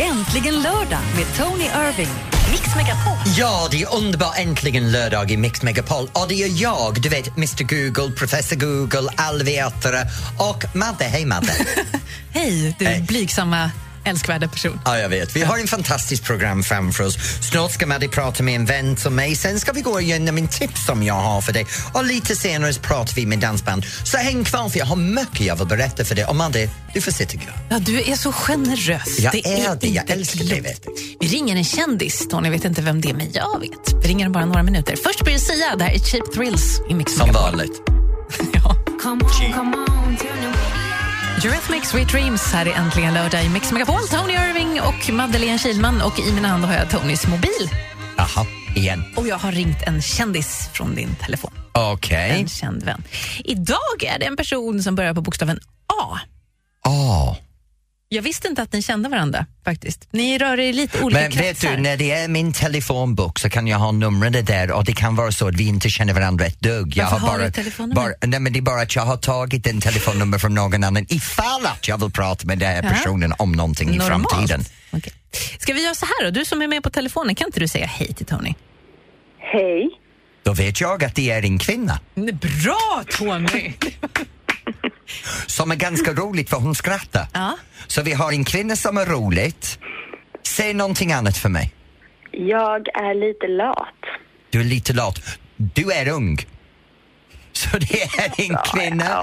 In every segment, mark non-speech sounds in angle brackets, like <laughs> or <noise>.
Äntligen lördag med Tony Irving. Mix Megapol. Ja, det är underbart. Äntligen lördag i Mix Megapol. Och det är jag, du vet, Mr Google, Professor Google, allvetare och Madde. Hej, <laughs> Madde. Hej, du Hej. blygsamma, älskvärda person. ja, jag vet. Vi har en fantastiskt program framför oss. Snart ska Madde prata med en vän som mig. Sen ska vi gå igenom en tips som jag har för dig. Och lite senare så pratar vi med dansband. Så häng kvar, för jag har mycket jag vill berätta för dig. Och Madde, du får sitta kvar. Ja, du är så generös. Jag det är det. Jag inte älskar dig, klokt. vet du. Vi ringer en kändis. Tony vet inte vem det är, men jag vet. Vi ringer om bara några minuter. Först blir det Sia. Det här är Cheap Thrills i Mix Som Megapol. vanligt. <laughs> Ja. Come on, come on, turn the Eurythmics Sweet Dreams här är äntligen lördag i Mix Megapol. Tony Irving och Madeleine Kilman och i min hand har jag Tonys mobil. Jaha, igen. Och jag har ringt en kändis från din telefon. Okej. En känd vän. Idag är det en person som börjar på bokstaven A. Ah. Jag visste inte att ni kände varandra faktiskt. Ni rör er i lite olika Men vet kretsar. du, när det är min telefonbok så kan jag ha numren där och det kan vara så att vi inte känner varandra ett dugg. Jag Varför har bara, du telefonnummer? bara, nej, men Det är bara att jag har tagit en telefonnummer från någon annan ifall att jag vill prata med den här Ja. personen om någonting i Normalt. framtiden. Okej. Ska vi göra så här då? Du som är med på telefonen, kan inte du säga hej till Tony? Hej. Då vet jag att det är en kvinna Bra Tony! som är ganska roligt för hon skrattar. Mm. ja. Så vi har en kvinna som är roligt. Säg någonting annat för mig. Jag är lite lat. Du är lite lat. Du är ung. <laughs> Så det är en kvinna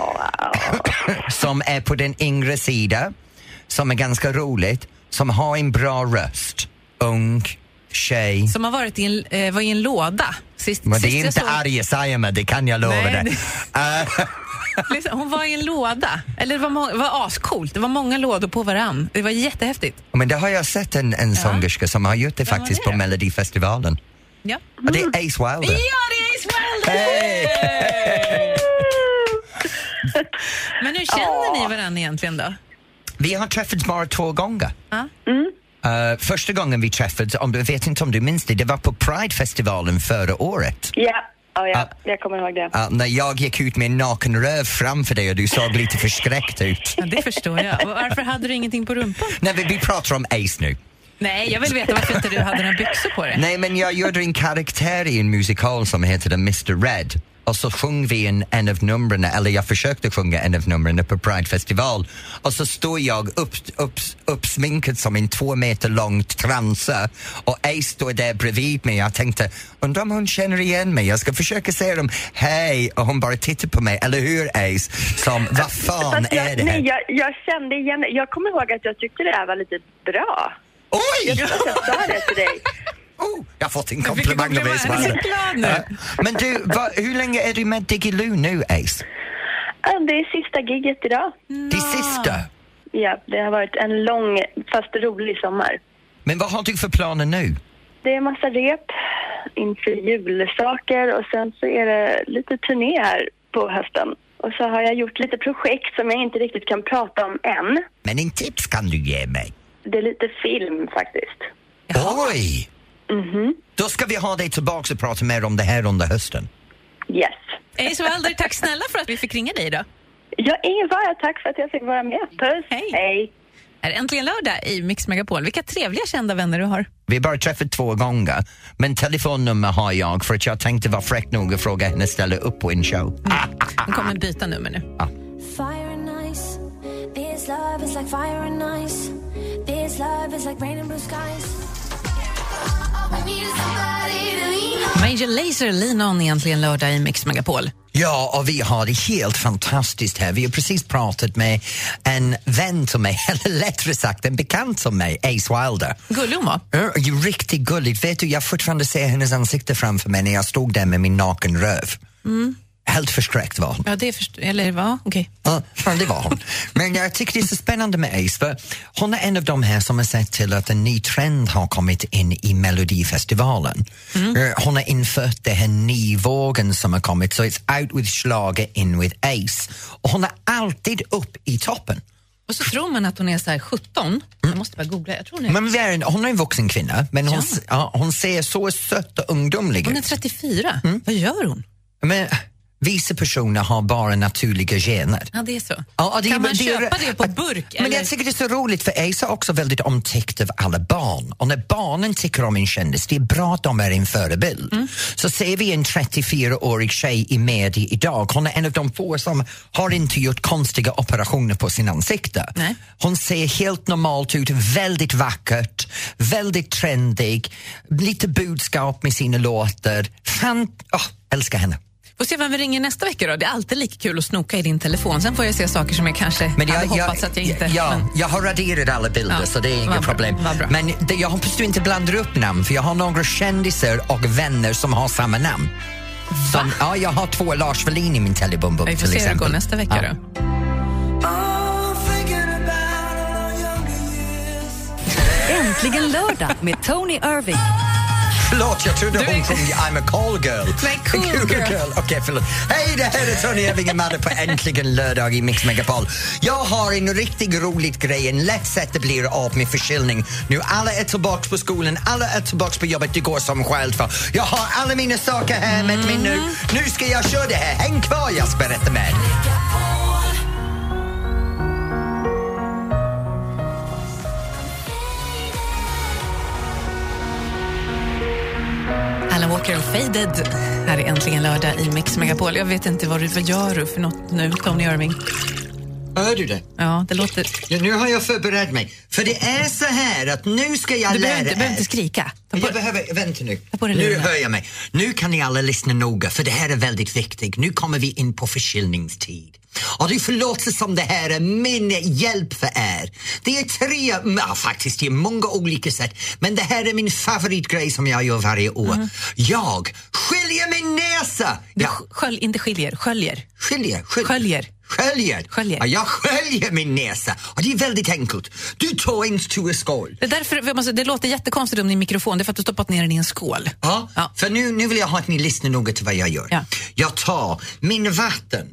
<laughs> som är på den yngre sidan, som är ganska roligt, som har en bra röst. Ung, tjej. Som har varit i en, eh, var i en låda. Sist, Men det sist är jag inte såg- Arje Saijonmaa, det kan jag lova Nej, dig. Eh, <laughs> Liksom, Hon var i en låda. Eller det var, må- var ascoolt. Det var många lådor på varann. Det var jättehäftigt. men det har jag sett en, en sångerska som har gjort det var faktiskt det på då? Melodifestivalen. Ja. Och det är Ace Ja, Wilder. det är Ace Wilder! Hej! Men hur känner ni varandra egentligen då? Vi har träffats bara två gånger. Ja. Mm. Eh, första gången vi träffades, om du vet inte om du minns det, det var på Pridefestivalen förra året. Ja, ja, ja. Ah. jag kommer ihåg det. Ja, när jag gick ut med en naken röv framför dig och du såg lite förskräckt ut. Ja, det förstår jag. Varför hade du ingenting på rumpan? Nej, men vi pratar om Ace nu. Nej, jag vill veta varför inte du hade några byxor på dig. Nej, men jag gjorde en karaktär i en musikal som heter The Mr Red och så sjöng vi en, en av numren, eller jag försökte sjunga en av numren på Pridefestival och så står jag upp, upp, uppsminkad som en två meter lång transa och Ace står där bredvid mig. Jag tänkte, undrar om hon känner igen mig? Jag ska försöka säga dem hej och hon bara tittar på mig, eller hur Ace? Som, vad fan Fast är det jag, här? nej, jag, jag kände igen det. Jag kommer ihåg att jag tyckte det här var lite bra. Oj! Att jag sa det till dig. <laughs> Oh, jag har fått en Jag fick en komplimang av Ace <laughs> komplimang. Wilder. Jag är så glad nu. Ja. Men du, va, hur länge är du med Diggiloo nu, Ace? Ja, Det är sista gigget idag. Det sista. Ja, det har varit en lång fast rolig sommar. Men vad har du för planer nu? Det är massa rep inför julsaker och sen så är det lite turné här på hösten. Och så har jag gjort lite projekt som jag inte riktigt kan prata om än. Men en tips kan du ge mig. Det är lite film faktiskt. Oj! Mhm. Då ska vi ha dig tillbaka och prata mer om det här under hösten. Yes. Ace Wilder, tack snälla för att vi fick ringa dig idag. Ja, ingen fara. Tack för att jag fick vara med. Puss! Hej. Hej. Är det äntligen lördag i Mix Megapol. Vilka trevliga kända vänner du har. Vi har bara träffat två gånger, men telefonnummer har jag för att jag tänkte vara fräck nog och fråga henne ställa upp på en show. Ah, De kommer byta nummer nu. Fire and ice. This love is like fire and ice. This love is like rain and blue skies. I need somebody to lean on. Major Lazer, Lean On, egentligen lördag i Mix Megapol. Ja, och vi har det helt fantastiskt här. Vi har precis pratat med en vän till mig, <laughs> eller lättare sagt en bekant som mig, Ace Wilder. Gullig hon var. Ja, det är riktigt gulligt. Vet du, jag fortfarande ser hennes ansikte framför mig när jag stod där med min naken röv. Helt förskräckt var hon. Ja, det förstår Eller va? Okej. Ja, men det var hon. Men jag tycker det är så spännande med Ace för hon är en av de här som har sett till att en ny trend har kommit in i Melodifestivalen. Mm. Eh, Hon har infört den här nyvågen som har kommit, så it's out with schlager, in with Ace. Och hon är alltid upp i toppen. Och så tror man att hon är så här 17. Jag måste bara googla. Jag tror hon är, Men vi är en, hon är en vuxen kvinna, men hon, Ja. s- ja. hon ser så söt och ungdomlig hon ut. är 34. Vad gör hon? Men Vissa personer har bara naturliga gener. Ja, det är så. Ja, det är- kan man det är- köpa det på att- burk? Men eller? jag tycker det är så roligt för Asa är också väldigt omtyckt av alla barn. Och när barnen tycker om en kändis, det är bra att de är en förebild. Mm. Så ser vi en 34-årig tjej i media idag, hon är en av de få som har inte gjort konstiga operationer på sin ansikte. Nej. Hon ser helt normalt ut, väldigt vackert, väldigt trendig, lite budskap med sina låtar. Fan, åh, älskar henne. Får se vem vi ringer nästa vecka då. Det är alltid lika kul att snoka i din telefon. Sen får jag se saker som jag kanske Men jag, hade hoppats att jag inte... Ja, men- jag har raderat alla bilder Ja, så det är vad bra, inget problem. vad bra. Men det, jag hoppas du inte blandar upp namn för jag har några kändisar och vänner som har samma namn. Som, ja, jag har två Lars Wallin i min telefonbok Vi till får se exempel. hur det går nästa vecka Ja. då. Äntligen lördag med Tony Irving. Förlåt, jag trodde Du är- hon sjöng I'm a call girl. Nej, cool girl. Okej, förlåt. Hej, det här är Tony Irving och Madde på Äntligen lördag i Mix Megapol. Jag har en riktigt rolig grej, en lätt sätt att bli av med förkylning. Nu alla är tillbaka på skolan, alla är tillbaka på jobbet, det går som sköld för. Jag har alla mina saker här med mig Mm. nu. Nu ska jag köra det här. Häng kvar, jag ska berätta med. Alan Walker och Faded. Här är äntligen lördag i Mix Megapol. Jag vet inte vad du vad gör du för något nu, Tony Irving. Hör du det? Ja, det låter... Ja, Nu har jag förberett mig. För det är så här att nu ska jag Du lära behöver inte, behöver inte er- skrika. Ta på- Jag behöver, vänta nu. på dig Nu lurarna. hör jag mig. Nu kan ni alla lyssna noga för det här är väldigt viktigt. Nu kommer vi in på förkylningstid. Och det förlåts som det här är min hjälp för er. Det är tre, ja, faktiskt det är många olika sätt. Men det här är min favoritgrej som jag gör varje år. Jag skiljer min näsa! Mm. Du Jag skölj, inte skiljer, sköljer. skiljer, skiljer. Sköljer. Sköljer. Sköljer. Ja, jag sköljer min näsa. Och det är väldigt enkelt. Du tar en stor skål. Det, är därför, jag måste- det låter jättekonstigt om din mikrofon, det är för att du stoppat ner den i en skål. Ja, Ja. för nu, nu vill jag ha att ni lyssnar noga till vad jag gör. Ja. Jag tar min vatten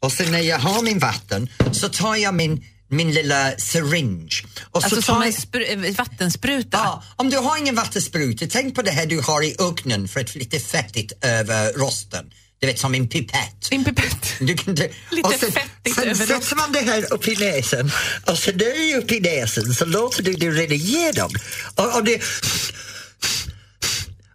och sen när jag har min vatten så tar jag min, min lilla syringe. Och Alltså så tar som en jag, spr- eh, vattenspruta. ja, om du har ingen vattenspruta, tänk på det här du har i öknen för att lite fettigt över rosten. Du vet som en pipett. Din pipett. Du kan inte- Lite och sen, fettigt Sen överallt. sätter man det här upp i näsan och sen när det är upp i näsan så låter du det rinna igenom. Och, och, det,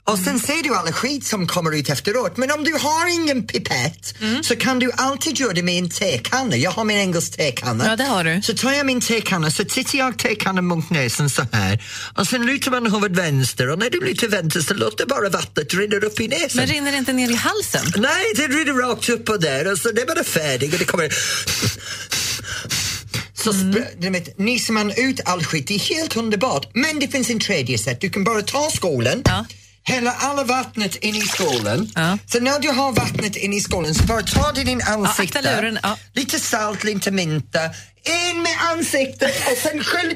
och sen ser du all skit som kommer ut efteråt. Men om du har ingen pipett Mm. så kan du alltid göra det med en tekanna. Jag har min engelsk tekanna. Ja, det har du. Så tar jag min tekanna, så tittar jag tekannan mot näsan så här och sen lutar man huvudet vänster och när du lutar vänster så låter bara vattnet rinna upp i näsan. Men rinner det inte ner i halsen? Nej, det rinner rakt upp och där och så det är bara färdigt och det kommer... Så Mm. spr- du vet, nyser man ut all skit, det är helt underbart. Men det finns en tredje sätt, du kan bara ta skålen, Ja. hälla alla vattnet in i skålen. Ja. Så när du har vattnet in i skålen så bara ta det i din ansikte, akta luren, ja. lite salt, lite mynta, in med ansiktet och sen skölj...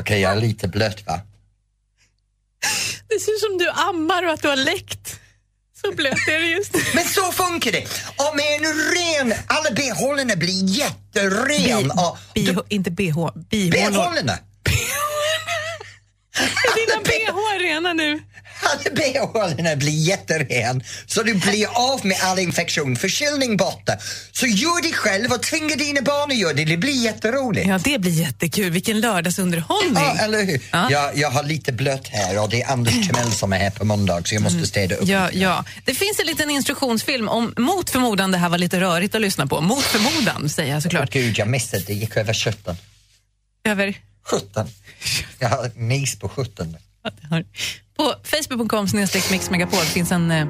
Okej, jag är lite blöt va? Det ser ut som du ammar och att du har läckt. Så blöt är det just nu. Men så funkar det. Och med en ren, alla behållarna blir jätteren. Och Bih, inte bh, bihålor. behållarna, Är dina bh rena nu? alla behållarna blir jätteren. Så du blir av med all infektion, förkylning borta. Så gör det själv och tvinga dina barn att göra det. Det blir jätteroligt. Ja, det blir jättekul. Vilken lördagsunderhållning. Ja, eller hur? Ja. Jag, jag har lite blött här och det är Anders Timell som är här på måndag så jag Mm. måste städa upp. Ja, ja. Det finns en liten instruktionsfilm om mot förmodan det här var lite rörigt att lyssna på. Mot förmodan, säger jag Åh, såklart. Gud, jag missade. Det gick över 17. Över. 17? Jag har nys på 17. Ja, det har- På facebook.com snedstreck mixmegapol finns en eh,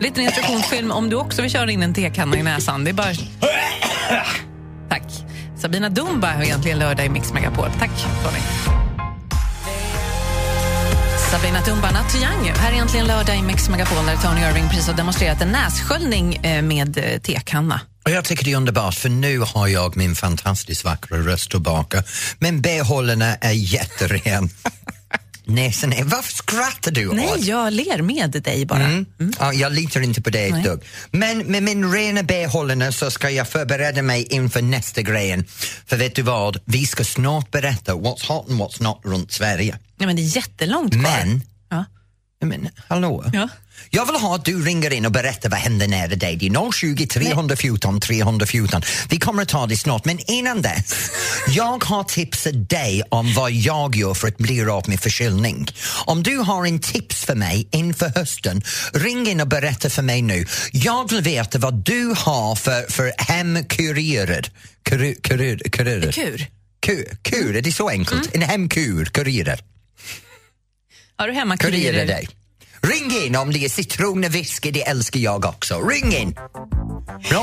liten instruktionsfilm om du också vill köra in en tekanna i näsan. Det är bara... Tack. Sabina Dumba har egentligen lördag i Mix Megapol. Tack, Tony. Sabina Tumba, Natt Young. Här är egentligen lördag i Mix Megapol där Tony Irving precis har demonstrerat en nässköljning eh, med eh, tekanna. Och jag tycker det är underbart för nu har jag min fantastiskt vackra röst tillbaka. Men behållarna <laughs> är jätteren. Näsan är... Varför skrattar du Nej, åt? jag ler med dig bara. Ja, jag litar inte på dig Nej. ett dugg. Men med min rena behållare så ska jag förbereda mig inför nästa grejen. För vet du vad? Vi ska snart berätta what's hot and what's not runt Sverige. Nej, men det är jättelångt kvar. Men, Ja. men hallå? Ja. Jag vill ha att du ringer in och berättar vad händer nära dig. Det är 020 314 314. Vi kommer att ta det snart, men innan dess. Jag har tipsat dig om vad jag gör för att bli av med förkylning. Om du har en tips för mig inför hösten, ring in och berätta för mig nu. Jag vill veta vad du har för, för hemkurer. Kurer? Kurer? Kurer? Kur. Kur, kur, är det så enkelt? Mm. En hemkur, kurirer. Har du hemma Kurirer kurirer? dig. Ring in om det är citroner, whisky, det älskar jag också. Ring in!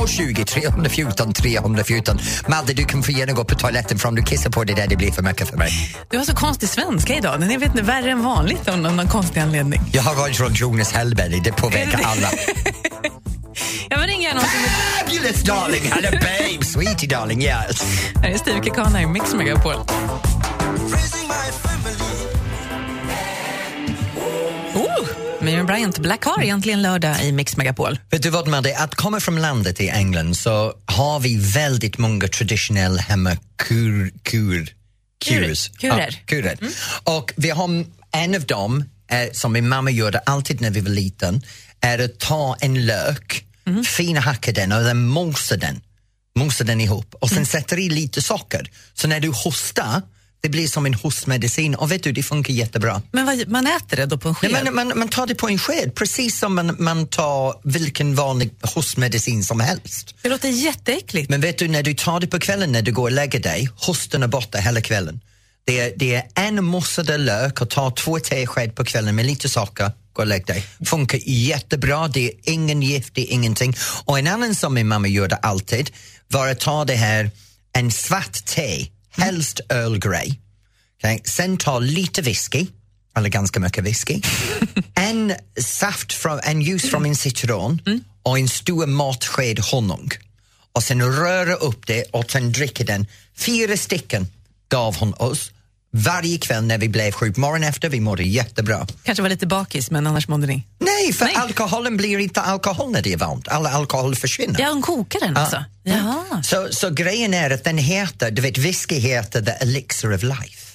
020 314 314. Madde, du kan få gärna gå på toaletten för om du kissar på det där, det blir för mycket för mig. Du har så konstig svenska idag. Den är vet inte, värre än vanligt av någon, någon konstig anledning. Jag har varit runt Jonas Hellberg, det Är påverkar det- <laughs> alla. Ja, men ring gärna om du vill. Fabulous darling, hello babe, sweetie darling, yes. Här är Steve Kekana i Mix Megapol. Oh, Miriam Bryant, Black har egentligen lördag i Mix Megapol. Vet du vad Madde, att komma från landet i England så har vi väldigt många traditionella hemmakur... Kur, cures. Kurer. Mm. Ja, kurer. Och vi har en av dem eh, som min mamma gjorde alltid när vi var liten är att ta en lök, Mm. finhacka den och sen mosa den. Mosa den ihop och sen Mm. sätter i lite socker. Så när du hostar, det blir som en hostmedicin och vet du, det funkar jättebra. Men vad, man äter det då på en sked? Nej, men, man, man tar det på en sked, precis som man, man tar vilken vanlig hostmedicin som helst. det låter jätteäckligt. Men vet du, när du tar det på kvällen när du går och lägger dig, hosten är borta hela kvällen. Det är, det är en mossad lök och ta två tesked på kvällen med lite socker, gå och lägg dig. Funkar jättebra, det är ingen gift, det är ingenting. Och en annan som min mamma gjorde alltid var att ta det här, en svart te, helst ölgrej. Okay. Sen ta lite whisky, eller ganska mycket whisky, en saft från, en ljus från en citron och en stor matsked honung. Och sen röra upp det och sen dricka den. Fyra stycken gav hon oss varje kväll när vi blev sjuka. Morgonen efter vi mådde jättebra. Kanske var lite bakis, men annars mådde ni. Nej, för Nej. alkoholen blir inte alkohol när det är varmt. All alkohol försvinner. Ja, hon kokar den alltså? Jaha. Så, så grejen är att den heter, du vet whisky heter the elixir of life.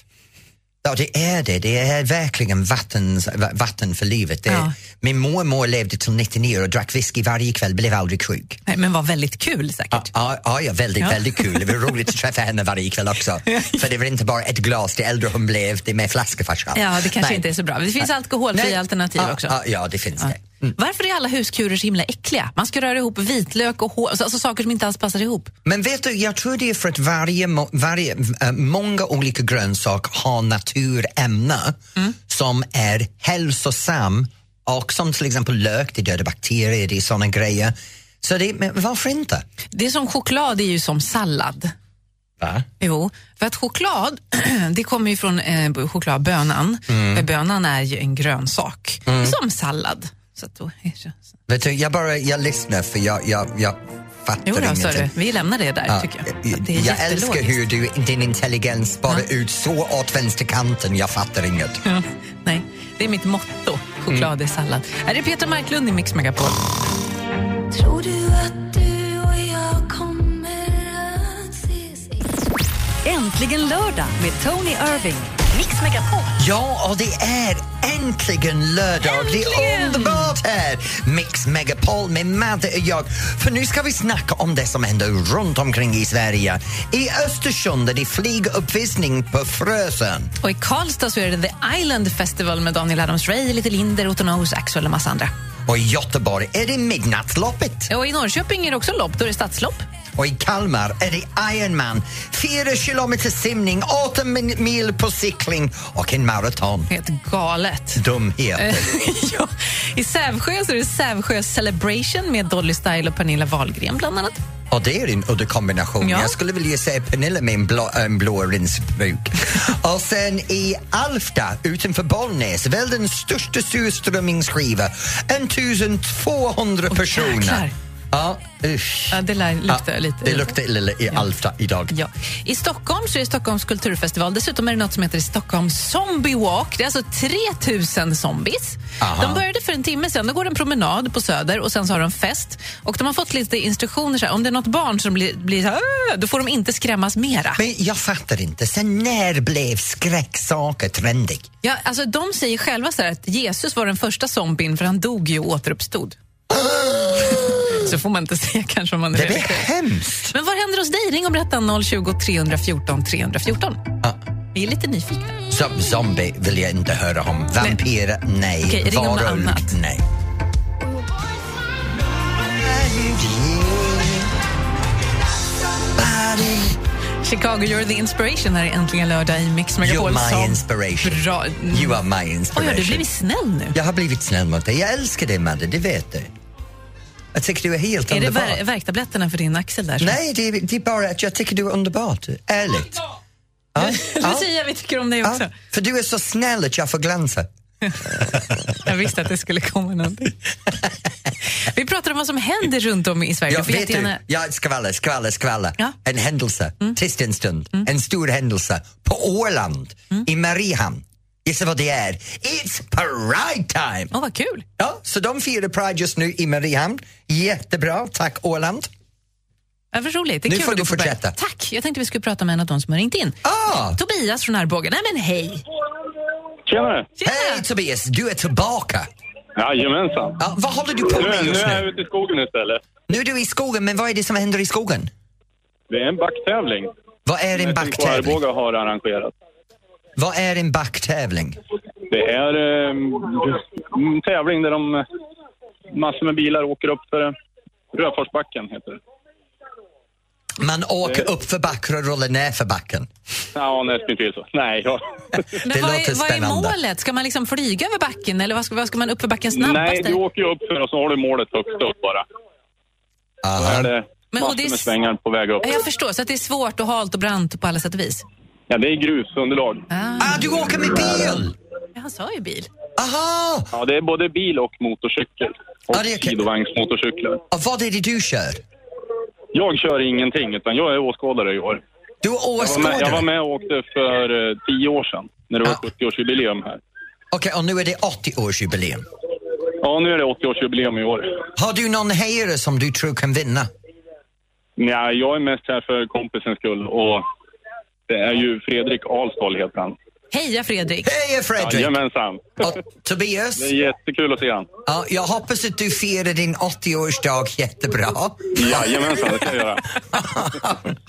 Ja, det är det. Det är verkligen vatten, vatten för livet. Det, Ja. Min mormor levde till 99 och drack whisky varje kväll, blev aldrig sjuk. Nej, men var väldigt kul säkert. Ja, ja, ja, väldigt, väldigt kul. Det var roligt att träffa henne varje kväll också. För det var inte bara ett glas, det äldre hon blev, det är mer flaskfarsa. Ja, det kanske inte är så bra. Det finns alkoholfria alternativ ja, också. Ja, ja, det finns det. Varför är alla huskurer så himla äckliga? Man ska röra ihop vitlök och hår, alltså, alltså saker som inte alls passar ihop. Men vet du, jag tror det är för att varje, må- varje, äh, många olika grönsaker har naturämnen Mm. som är hälsosam och som till exempel lök, det dödar bakterier, det är såna grejer. Så det, men varför inte? Det är som choklad är ju som sallad. Va? Jo, för att choklad, <clears throat> det kommer ju från eh, chokladbönan. Mm. Bönan är ju en grönsak, Mm. som sallad. Så att då är det... Vet du, jag bara jag lyssnar för jag, jag, jag fattar Jo då, sa du. ingenting. Vi lämnar det där, Ja, tycker jag- jag. Det är jag älskar jättelogiskt. <laughs> hur du, din intelligens sparar ut så åt vänsterkanten, jag fattar inget. Ja, nej, det är mitt motto. Choklad Mm. är sallad. Här är Peter Marklund i Mix Megapol. Tror du att du och jag kommer att ses igen? Äntligen lördag med Tony Irving. Mix Megapol. Ja, och det är äntligen lördag. Det är underbart här! Mix Megapol med Madde och jag. För nu ska vi snacka om det som händer runt omkring i Sverige. I Östersund är det flyguppvisning på Frösön. Och I Karlstad så är det The Island Festival med Daniel Adams-Ray, Little Linder, Otto Knows, Axel och massa andra. Och i Göteborg är det Midnattsloppet. Och I Norrköping är det också lopp, då är det stadslopp. Och i Kalmar är det Ironman, fyra kilometer simning, 18 min- mil på cykling och en maraton. Helt galet. Dumheter. <laughs> ja. I Sävsjö så är det Sävsjö Celebration med Dolly Style och Pernilla Wahlgren bland annat. Och det är en udda kombination. Ja. Jag skulle vilja se Pernilla med en blå, en blå <laughs> rinsbuk. och sen i Alfta utanför Bollnäs, världens största surströmmingsskiva. 1200 personer. jäklar. Ja, usch. Ja, det lär- luktar Ja, lite. Det luktar illa i Alfta idag. Ja. I Stockholm så är det Stockholms kulturfestival. Dessutom är det något som heter Stockholm Zombie Walk. Det är alltså 3000 zombies. Aha. De började för en timme sedan. Då går en promenad på Söder och sen så har de fest. Och de har fått lite instruktioner. Så här. Om det är något barn som blir, blir så här, "Åh", då får de inte skrämmas mera. Men jag fattar inte, sen när blev skräcksaker trendig? Ja, alltså, de säger själva så här att Jesus var den första zombien för han dog ju och återuppstod. så får man inte säga kanske om man är Det är religiös. hemskt. Men vad händer hos dig? Ring och berätta 020 314 314. Ja. Vi är lite nyfikna. Som zombie vill jag inte höra om. Vampyrer, nej. Okej, ring om något Varulv, annat. nej. Chicago, you're the inspiration. Här är äntligen lördag i Mix You're Megapol. my som- inspiration. Bra. You are my Oj, har du inspiration. blivit snäll nu? Jag har blivit snäll mot dig. Jag älskar dig, Madde, det vet du. Jag tycker du är helt Är det underbar. ver- värktabletterna för din axel där? Nej, det är, det är bara att jag tycker du är underbart. <laughs> Ärligt. Ja, ja, Lucia, vi tycker om dig också. ja. För du är så snäll att jag får glänsa. Jag visste att det skulle komma någonting. <laughs> Vi pratar om vad som händer runt om i Sverige. Ja, Du får vet jättegärna- du, ja, skvaller, skvaller, skvaller. Ja. En händelse, tyst en stund. En stor händelse på Åland, i Mariehamn. Gissa vad det är? It's Pride time! Åh, vad kul. Ja, så de firar Pride just nu i Mariehamn. Jättebra, tack Åland. Ja, vad roligt. Det är Nu kul får att du gå på berg. fortsätta. Tack. Jag tänkte vi skulle prata med en av de som har ringt in. Ah, Tobias från Arboga. Nej, men hej. Tjenare! hej Tobias, du är tillbaka. Jajamensan! Ja, vad håller du på Nu, med nu just är jag nu? ute i skogen istället. Nu är du i skogen, men vad är det som händer i skogen? Det är en backtävling. Vad är en SMK backtävling? typ Arboga har arrangerat. Vad är en backtävling? Det är eh, en tävling där de massor med bilar åker upp för Röforsbacken heter det. Man åker upp för backen och rullar ner för backen. Ja, nästan till så. Nej, <laughs> jag... Men Det vad, låter är, vad är spännande. målet? Ska man liksom flyga över backen eller vad ska, vad ska man upp för backen snabbast? Nej, du eller? åker ju upp för och så har du målet högst upp bara. Då Aha. är det Men- och det är massor med s- svängar på väg upp. Ja, Jag förstår, så att det är svårt och halt och brant på alla sätt och vis. Ja, det är grusunderlag. Ah, Ah, du åker med bil! han sa ju bil. Aha! Ja, det är både bil och motorcykel. Och Ja, det är okej. sidovagnsmotorcyklar. Och vad är det du kör? Jag kör ingenting, utan jag är åskådare i år. Du är Jag var, med, jag var åskådare. med och åkte för eh, tio år sedan, när det var Ja. 70-årsjubileum här. Okej, och nu är det 80-årsjubileum. Ja, nu är det 80-årsjubileum i år. Har du någon hejare som du tror kan vinna? Nja, jag är mest här för kompisens skull och det är ju Fredrik Alstål heter han. Heja Fredrik! Hej Fredrik! Jajamensan! Och Tobias, Det är jättekul att se han. ja, jag hoppas att du firar din 80-årsdag jättebra. <laughs> Jajamensan, det ska jag göra.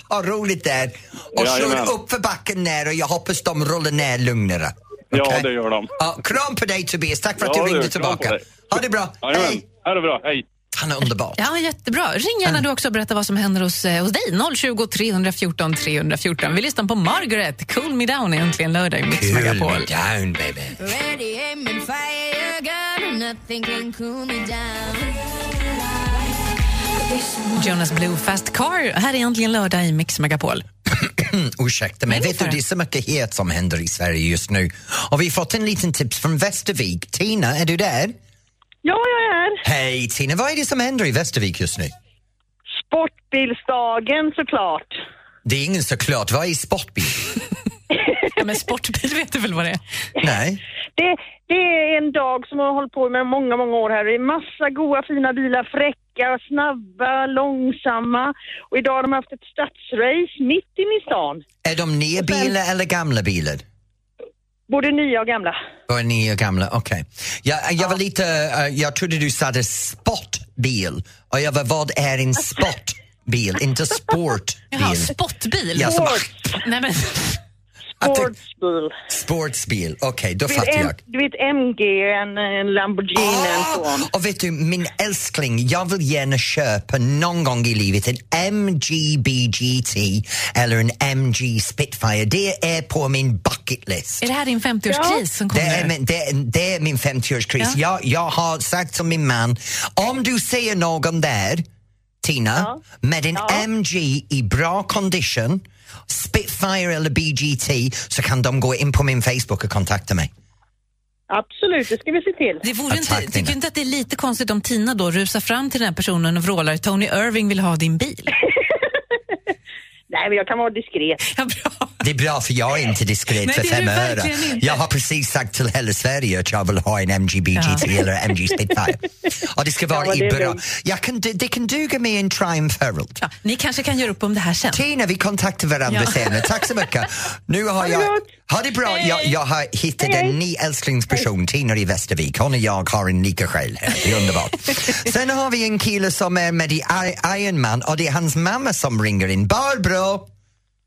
ha roligt där. Och Jajamän. kör upp för backen ner och jag hoppas de rullar ner lugnare. Ja, Okej? det gör de. Ja, kram på dig Tobias, tack för att Ja, du du, ringde kram på tillbaka. dig. Ha det bra, Jajamän, hej! ha det bra, hej! Han är underbar. Ja, jättebra. Ring Mm. gärna du också och berätta vad som händer hos, eh, hos dig. 020 314 314. Vi lyssnar på Margaret. Cool me down är äntligen lördag i Mix Cool Megapol. me down baby. Ready, aim, and fire, gun, and nothing can cool me down. Jonas Blue Fast Car. Här är äntligen lördag i Mix Megapol. Ursäkta mig, Nej, vet för- du det är så mycket het som händer i Sverige just nu. Och vi har fått en liten tips från Västervik. Tina, är du där? Ja, jag är här. Hej Tina, vad är det som händer i Västervik just nu? Sportbilsdagen såklart. Det är ingen såklart, vad är sportbil? Ja, men sportbil <laughs> vet du väl vad det är? Nej. Det, det är en dag som jag har hållit på med många, många år här. Det är massa goa, fina bilar, fräcka, snabba, långsamma. Och idag har de haft ett stadsrace mitt inne i stan. Är de nya bilar eller gamla bilar? Både nya och gamla. Och nya och gamla, okej. Jag, jag var lite, eh, jag trodde du sa det sportbil och jag var, vad är en sportbil? Inte Jaha, sportbil. spottbil? Ja, som, Nej, men, Jag tänk- Sportsbil. sportsbil, okej då Du vet, fattar en, jag. du vet MG, en, en Lamborghini, en sån. Ah, och vet du, min älskling, jag vill gärna köpa någon gång i livet en MGB GT eller en MG Spitfire. Det är på min bucket list. är det här din 50-årskris som Det kommer? är, min, det, det är min 50-årskris. Ja. Jag, jag har sagt till min man, om du ser någon där, Tina, med en MG i bra condition, Spitfire eller BGT, så kan de gå in på min Facebook och kontakta mig. Absolut, det ska vi se till. Det vore Ja, inte, tack, tycker Tina. du inte att det är lite konstigt om Tina då rusar fram till den här personen och vrålar Tony Irving vill ha din <laughs> bil? Nej, men jag kan vara diskret. Ja, bra. Det är bra för jag är inte diskret Nej, för det är fem du öre. verkligen inte. Jag har precis sagt till hela Sverige att jag vill ha en MGB GT <laughs> eller MG Spitfire. Och det ska vara Ja, det i är bra. dumt. Jag kan, det, det kan duga med en Triumph Herald. Ja, ni kanske kan göra upp om det här sen. Tina, vi kontaktar varandra Ja. senare. Tack så mycket. Nu har jag... gott. Ha det bra. Jag, jag har hittat en ny älsklingsperson, Tina i Västervik. Hon och jag har en lika själ här. Det är <laughs> underbart. Sen har vi en kille som är med i I- Iron Man och det är hans mamma som ringer in. Barbro!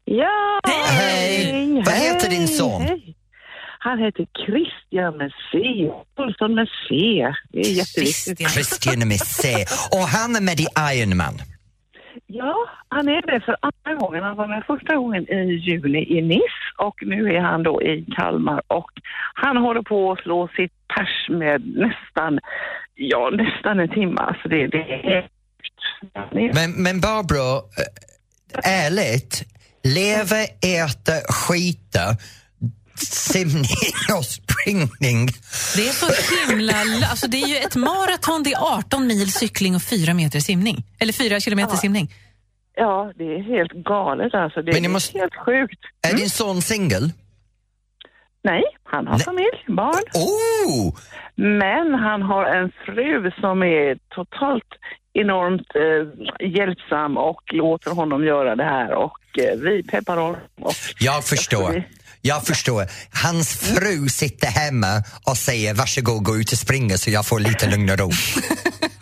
Ja! Hej! Vad heter din son? hej. Han heter Christian med C. Olsson med C. Det är jätteviktigt. Christian. Christian med C. Och han är med i Iron Man. Ja, han är det för andra gången. Han var med första gången i juli i Nice och nu är han då i Kalmar och han håller på att slå sitt pers med nästan, ja nästan en timme. Alltså det, det är... Men, men Barbro, eh, ärligt, leva, äta, skita, simning och springning. Det är så himla... Alltså det är ju ett maraton, det är 18 mil cykling och 4 meter simning. Eller 4 kilometer simning. Ja, det är helt galet alltså. Det Men ni är måste- helt sjukt. Är din son singel? Nej, han har Nej. familj, barn. Oh! Men han har en fru som är totalt enormt eh, hjälpsam och låter honom göra det här och eh, vi peppar honom. Och, Jag förstår. Jag förstår. Hans fru sitter hemma och säger varsågod gå ut och springa så jag får lite lugn och ro.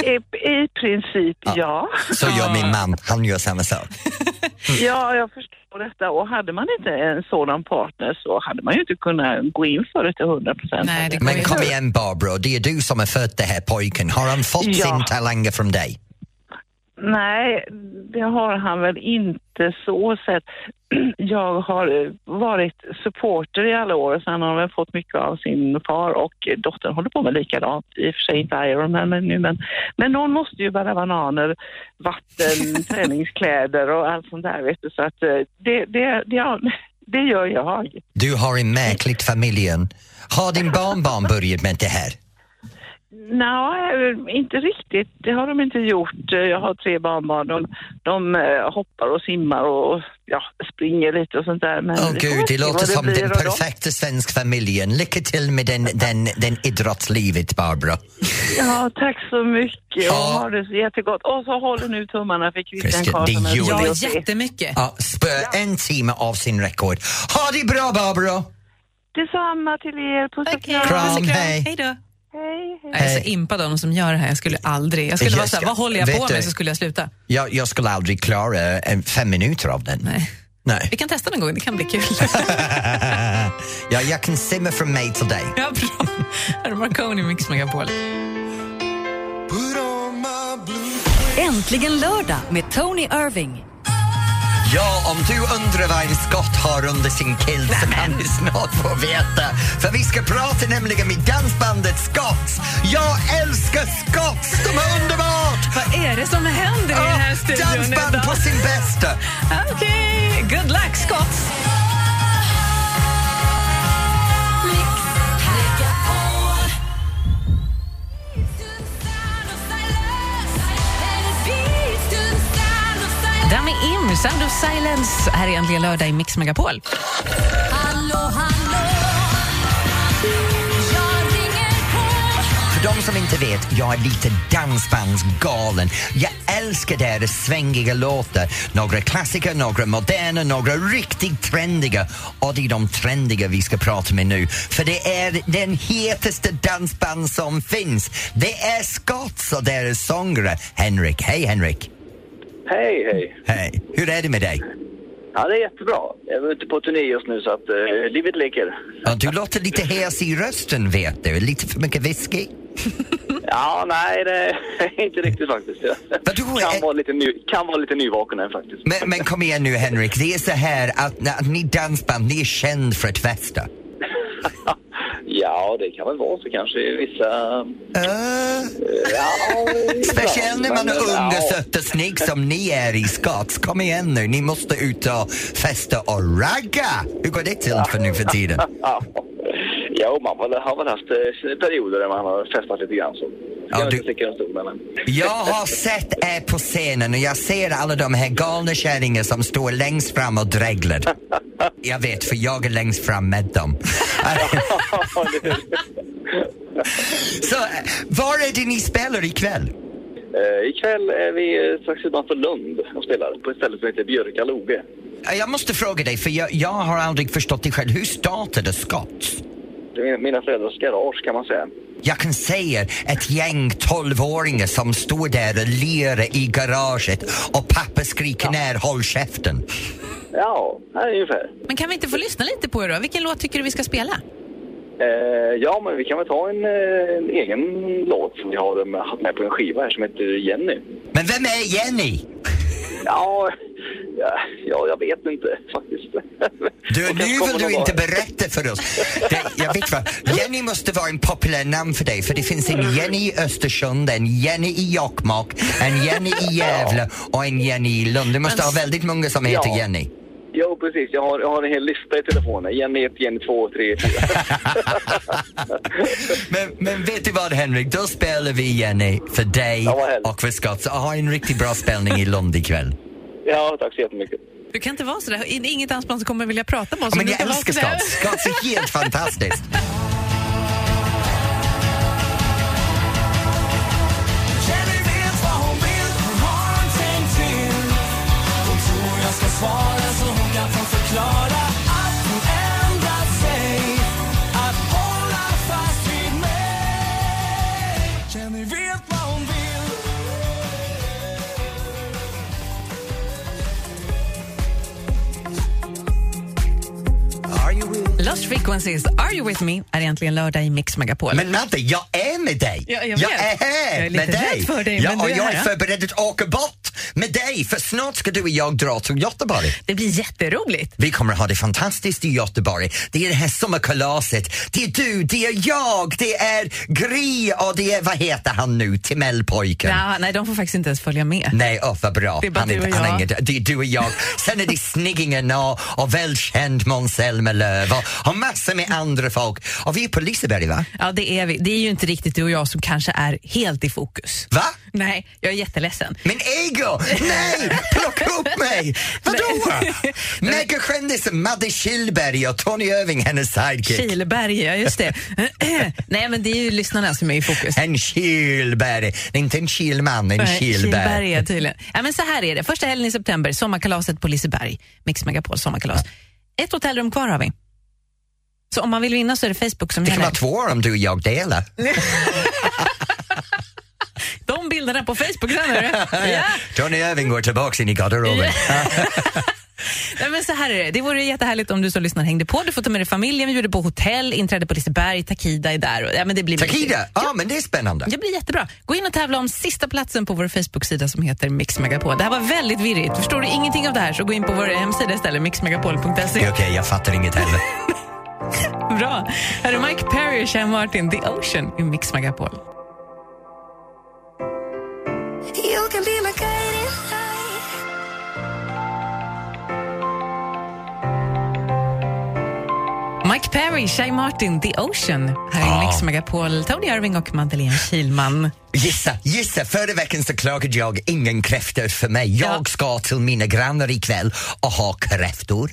i, I princip ja. ja. Så gör min man, han gör samma sak. jag förstår detta och hade man inte en sådan partner så hade man ju inte kunnat gå in för det till 100 procent. Nej, det går Men ju kom inte. igen Barbro, det är du som har fött den här pojken. Har han fått Ja. sin talanger från dig? Nej, det har han väl inte så sett. <clears throat> Jag har eh, varit supporter i alla år så han har väl fått mycket av sin far och eh, dottern håller på med likadant. I och för sig inte Ironman men nu men, men någon måste ju bära bananer, vatten, träningskläder och allt sånt där vet du. Så att eh, det, det, det, ja, <laughs> det gör jag. Du har en märkligt familjen. Har din barnbarn börjat med det här? Nej, inte riktigt. Det har de inte gjort. Jag har tre barnbarn. De, de eh, hoppar och simmar och ja, springer lite och sånt där. Men Åh vi får gud, se det vad låter som blir den av dem. perfekta svenska familjen. Lycka till med den, den, den idrottslivet Barbro. Ja, tack så mycket. Och Ja. ha det så jättegott. Och så håller nu tummarna för Christian Christian, det Karlsson. gör Vi Ja, får se. jättemycket. Ja, spö en timme av sin rekord. Ha det bra Barbro! Detsamma till er. Puss och kram. Kram, Puss och hej. Hej då. Hej, hej. Jag är Hej. så impad av de som gör det här. Jag skulle aldrig... Jag skulle Jag vara så här, ska- vad håller jag vet på du- med? Så skulle jag sluta. Jag, jag skulle aldrig klara eh, fem minuter av den. Nej. Nej. Vi kan testa någon gång, det kan bli kul. <laughs> ja, jag kan simma från mig till dig. Ja, bra. Här är Marconi Mix Megapol. Äntligen lördag med Tony Irving. Ja, om du undrar vad en skott har under sin kilt så kan du snart få veta. För vi ska prata nämligen med dansbandet Skotts. Jag älskar Skotts! De är underbart! Vad är det som händer i den här Ja, studion dansband på sin bästa. <laughs> Okej, good luck Scott! Där med Im, Sound of Silence. Här är äntligen lördag i Mix Megapol. För de som inte vet, jag är lite dansbandsgalen. Jag älskar deras svängiga låtar. Några klassiker, några moderna, några riktigt trendiga. Och det är de trendiga vi ska prata med nu. För det är den hetaste dansband som finns. Det är Scotts och deras sångare Henrik. Hej Henrik! Hej, hej. Hej! Hur är det med dig? Ja, det är jättebra. Jag är ute på turné just nu så att eh, livet leker. Ja, Du låter lite hes i rösten vet du. Lite för mycket whisky. Ja, nej, det är inte riktigt faktiskt. Men du är- kan, vara lite ny, kan vara lite nyvaken än faktiskt. Men, men kom igen nu Henrik, det är så här att, att ni dansband, ni är känd för att festa. ja, Ja, det kan väl vara så kanske i vissa... eh, Ja, Speciellt när man men, eh, är ung ja. och söt och snygg som ni är i Skats. Kom igen nu, ni måste ut och festa och ragga! Hur går det till för nu för tiden? Jo, man väl- har väl haft eh, perioder där man har festat lite grann. Så. Jag kan inte sticka under stolen. men- Jag har sett er på scenen och jag ser alla de här galna kärringar som står längst fram och dreglar. Jag vet, för jag är längst fram med dem. Så, eh, var är det ni spelar ikväll? Eh, ikväll är vi eh, strax utanför Lund och spelar på ett ställe som heter Björkaloge. Eh, Jag måste fråga dig, för jag, jag har aldrig förstått det själv. Hur startade Skats? Det är mina- mina föräldrars garage kan man säga. Jag kan säga ett gäng tolvåringar som står där och lirar i garaget och pappa skriker ner håll käften. Ja, här är ungefär. Men kan vi inte få lyssna lite på er då? Vilken låt tycker du vi ska spela? Eh, ja, men vi kan väl ta en, eh, en egen låt som vi har eh, haft med på en skiva här som heter Jenny. Men vem är Jenny? Ja, ja, ja jag vet inte faktiskt. Du, Och sen nu kommer vill de du inte bara- berätta för oss. Det, jag vet vad, Jenny måste vara en populär namn för dig för det finns en Jenny i Östersund, en Jenny i Jokkmokk, en Jenny <laughs> i Gävle och en Jenny i Lund. Du måste ha väldigt många som heter Ja. Jenny. Jo, precis. Jag har, jag har en hel lista i telefonen. Jenny 1, Jenny 2, 3, <laughs> 4. Men, men vet du vad Henrik, då spelar vi Jenny för dig och för Scott. Så ha en riktigt bra spelning i Lund ikväll. Ja, tack så jättemycket. Du kan inte vara sådär. Det är Inget annat band som kommer vilja prata med oss. Ja, om men du jag ska vara älskar sådär. Scott. Scott <laughs> är helt fantastiskt. Jenny vet vad hon vill, hon har en tänk till. Hon tror jag ska svara så hon kan få förklara att hon ändrat sig. Att hålla fast vid mig. Jenny vet vad hon vill. Lost Frequencies, Are You With Me? är egentligen lördag i Mix Megapol. Men Madde, jag är med dig! Ja, jag vet. är här Jag är lite med dig! rädd för dig, ja, men du och är jag här, är ja. förberedd att åka bort med dig för snart ska du och jag dra till Göteborg. Det blir jätteroligt. Vi kommer att ha det fantastiskt i Göteborg. Det är det här sommarkalaset. Det är du, det är jag, det är Gry och det är, vad heter han nu, Timellpojken? Ja, nej, de får faktiskt inte ens följa med. Nej, åh vad bra. Det är bara han du och han jag. inget- det är du och jag. Sen är det snyggingarna och, och välkänd Måns Zelmerlöw och, och massor med andra folk. Och vi är på Liseberg, va? Ja, det är vi. Det är ju inte riktigt du och jag som kanske är helt i fokus. Va? Nej, jag är jätteledsen. Men ego! Nej! Plocka upp mig! Vadå? <laughs> Megakändisen Madde Kihlberg och Tony Irving, hennes sidekick. Kilberg, ja just det. <clears throat> nej, men det är ju lyssnarna som är i fokus. En Kihlberg. Det är inte en Kihlman, en Nej, Kihlberg. Kilberg, tydligen. Ja, men så här är det. Första helgen i september, sommarkalaset på Liseberg. Mix Megapol sommarkalas. Ett hotellrum kvar har vi. Så om man vill vinna så är det Facebook som Det kan gäller. vara två om du och <laughs> jag delar. De bilderna på Facebook sen, <laughs> hörru. ja. Tony Irving går tillbaks in i garderoben. Nej, men så här är det. det vore jättehärligt om du som lyssnar hängde på. Du får ta med dig familjen, vi bjuder på hotell, inträde på Liseberg, Takida är där. Och, ja, men det blir Takida, ja men det är spännande. Det blir jättebra. Gå in och tävla om sista platsen på vår Facebook-sida som heter Mix Megapol. Det här var väldigt virrigt. Förstår du ingenting av det här så gå in på vår hemsida istället, mixmegapol.se. Okej, jag fattar inget heller. Bra. Här är Mike Perry och Sean Martin, The Ocean i Mix Megapol. You can be my guiding light. Mike Perry, Shay Martin, The Ocean. Här är Ja. Mix Megapol, Tony Irving och Madeleine Kilman. Gissa, gissa! Förra veckan så klagade jag ingen kräftor för mig. Jag ska till mina grannar ikväll och ha kräftor,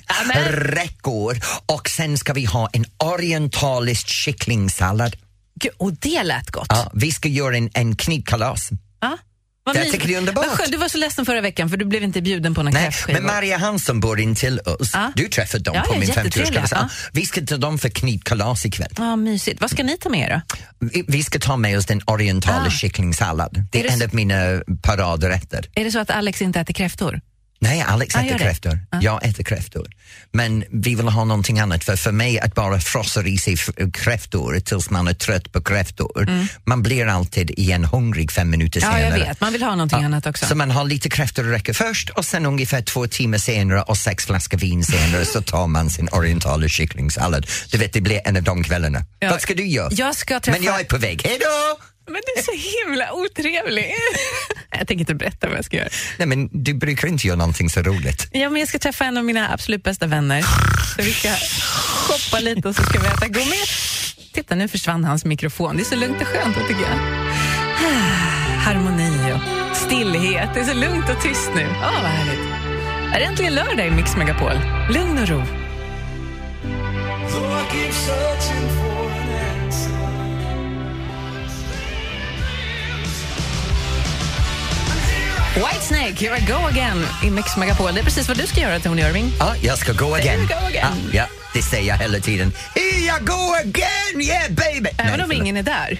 räkor och sen ska vi ha en orientalisk kycklingsallad. Gud, och det lät gott. Ja, vi ska göra en, en knivkalas. Ja. Vad Jag mys- tycker det är underbart. Vad skönt, Du var så ledsen förra veckan för du blev inte bjuden på några Nej, kräftskivor. men Maria Hansson bor intill oss. Du träffade dem Ja, på ja, min jättetrevliga, 50-årsdag. ja. Vi ska till dem för knivkalas ikväll. Ja, mysigt. Vad ska ni ta med er då? Vi, vi ska ta med oss den orientala Ah. kycklingsallad. Det är, Är det en så- av mina paradrätter. Är det så att Alex inte äter kräftor? Nej, Alex Han äter gör det. kräftor. Jag äter kräftor. Men vi vill ha någonting annat. För för mig att bara frossa i sig f- kräftor tills man är trött på kräftor, man blir alltid igen hungrig fem minuter Mm. Ja, senare. jag vet. Man vill ha någonting Ja, annat också. Så man har lite kräftor att räcka först och sen ungefär två timmar senare och sex flaskor vin senare så tar man sin orientala kycklingsallad. Du vet, det blir en av de kvällarna. Ja. Vad ska du göra? Jag ska träffa- Men jag är på väg. Hej då! Men du är så himla otrevlig. <laughs> jag tänker inte berätta vad jag ska göra. Nej, men du brukar inte göra någonting så roligt. Ja, men jag ska träffa en av mina absolut bästa vänner. Så vi ska shoppa lite och så ska vi äta gourmet. Titta, nu försvann hans mikrofon. Det är så lugnt och skönt, tycker jag. <sighs> Harmoni och stillhet. Det är så lugnt och tyst nu. Åh, vad härligt. Är det äntligen lördag i Mix Megapol? Lugn och ro. Though I keep searching for an answer. Whitesnake, here I go again i Mix Megapol. Det är precis vad du ska göra, Tony Irving. Ja, jag ska gå There igen. you go again. Ja, ja, det säger jag hela tiden. Here I go again, yeah baby! Även Nej, om ingen är där.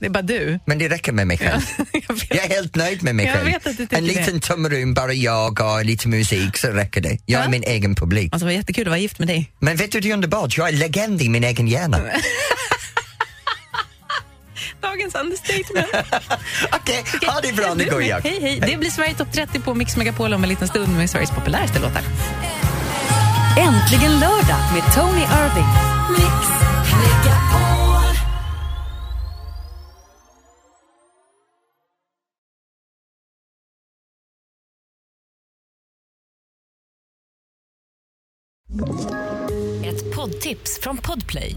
Det är bara du. <laughs> Men det räcker med mig själv. jag är helt nöjd med mig Jag själv. vet att du tycker en liten det. tumrum, bara jag och lite musik så räcker det. Jag är min egen publik. Alltså, det var jättekul att vara gift med dig. Men vet du, det är underbart. Jag är legend i min <laughs> egen hjärna. Dagens <laughs> understatement. Okej, ha det bra. Nu går jag. Hej, hej. Det blir Sverige topp 30 på Mix Megapol om en liten stund med Sveriges populäraste låtar. Äntligen lördag med Tony Irving. Ett poddtips från Podplay.